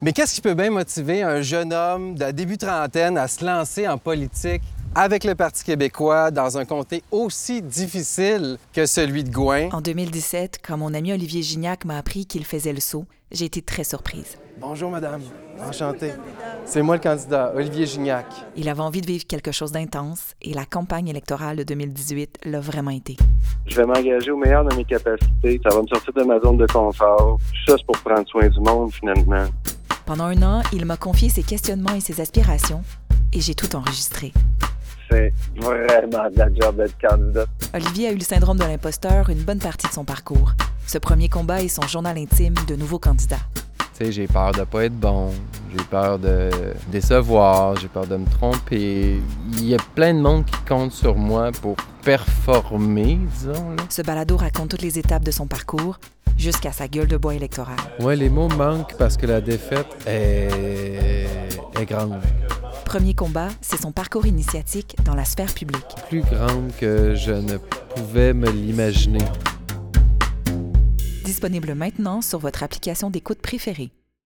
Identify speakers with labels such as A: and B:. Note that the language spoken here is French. A: Mais qu'est-ce qui peut bien motiver un jeune homme de début trentaine à se lancer en politique avec le Parti québécois dans un comté aussi difficile que celui de Gouin?
B: En 2017, quand mon ami Olivier Gignac m'a appris qu'il faisait le saut, j'ai été très surprise.
A: Bonjour, madame. Enchanté. C'est moi le candidat, Olivier Gignac.
B: Il avait envie de vivre quelque chose d'intense et la campagne électorale de 2018 l'a vraiment été.
C: Je vais m'engager au meilleur de mes capacités. Ça va me sortir de ma zone de confort. Tout ça, c'est pour prendre soin du monde, finalement.
B: Pendant un an, il m'a confié ses questionnements et ses aspirations et j'ai tout enregistré.
C: C'est vraiment de la job d'être candidat.
B: Olivier a eu le syndrome de l'imposteur une bonne partie de son parcours. Ce premier combat est son journal intime de nouveau candidat.
D: Tu sais, j'ai peur de pas être bon, j'ai peur de décevoir, j'ai peur de me tromper. Il y a plein de monde qui compte sur moi pour performer, disons. Là.
B: Ce balado raconte toutes les étapes de son parcours jusqu'à sa gueule de bois électorale.
D: Ouais, les mots manquent parce que la défaite est, est grande.
B: Premier combat, c'est son parcours initiatique dans la sphère publique.
D: Plus grande que je ne pouvais me l'imaginer
B: disponible maintenant sur votre application d'écoute préférée.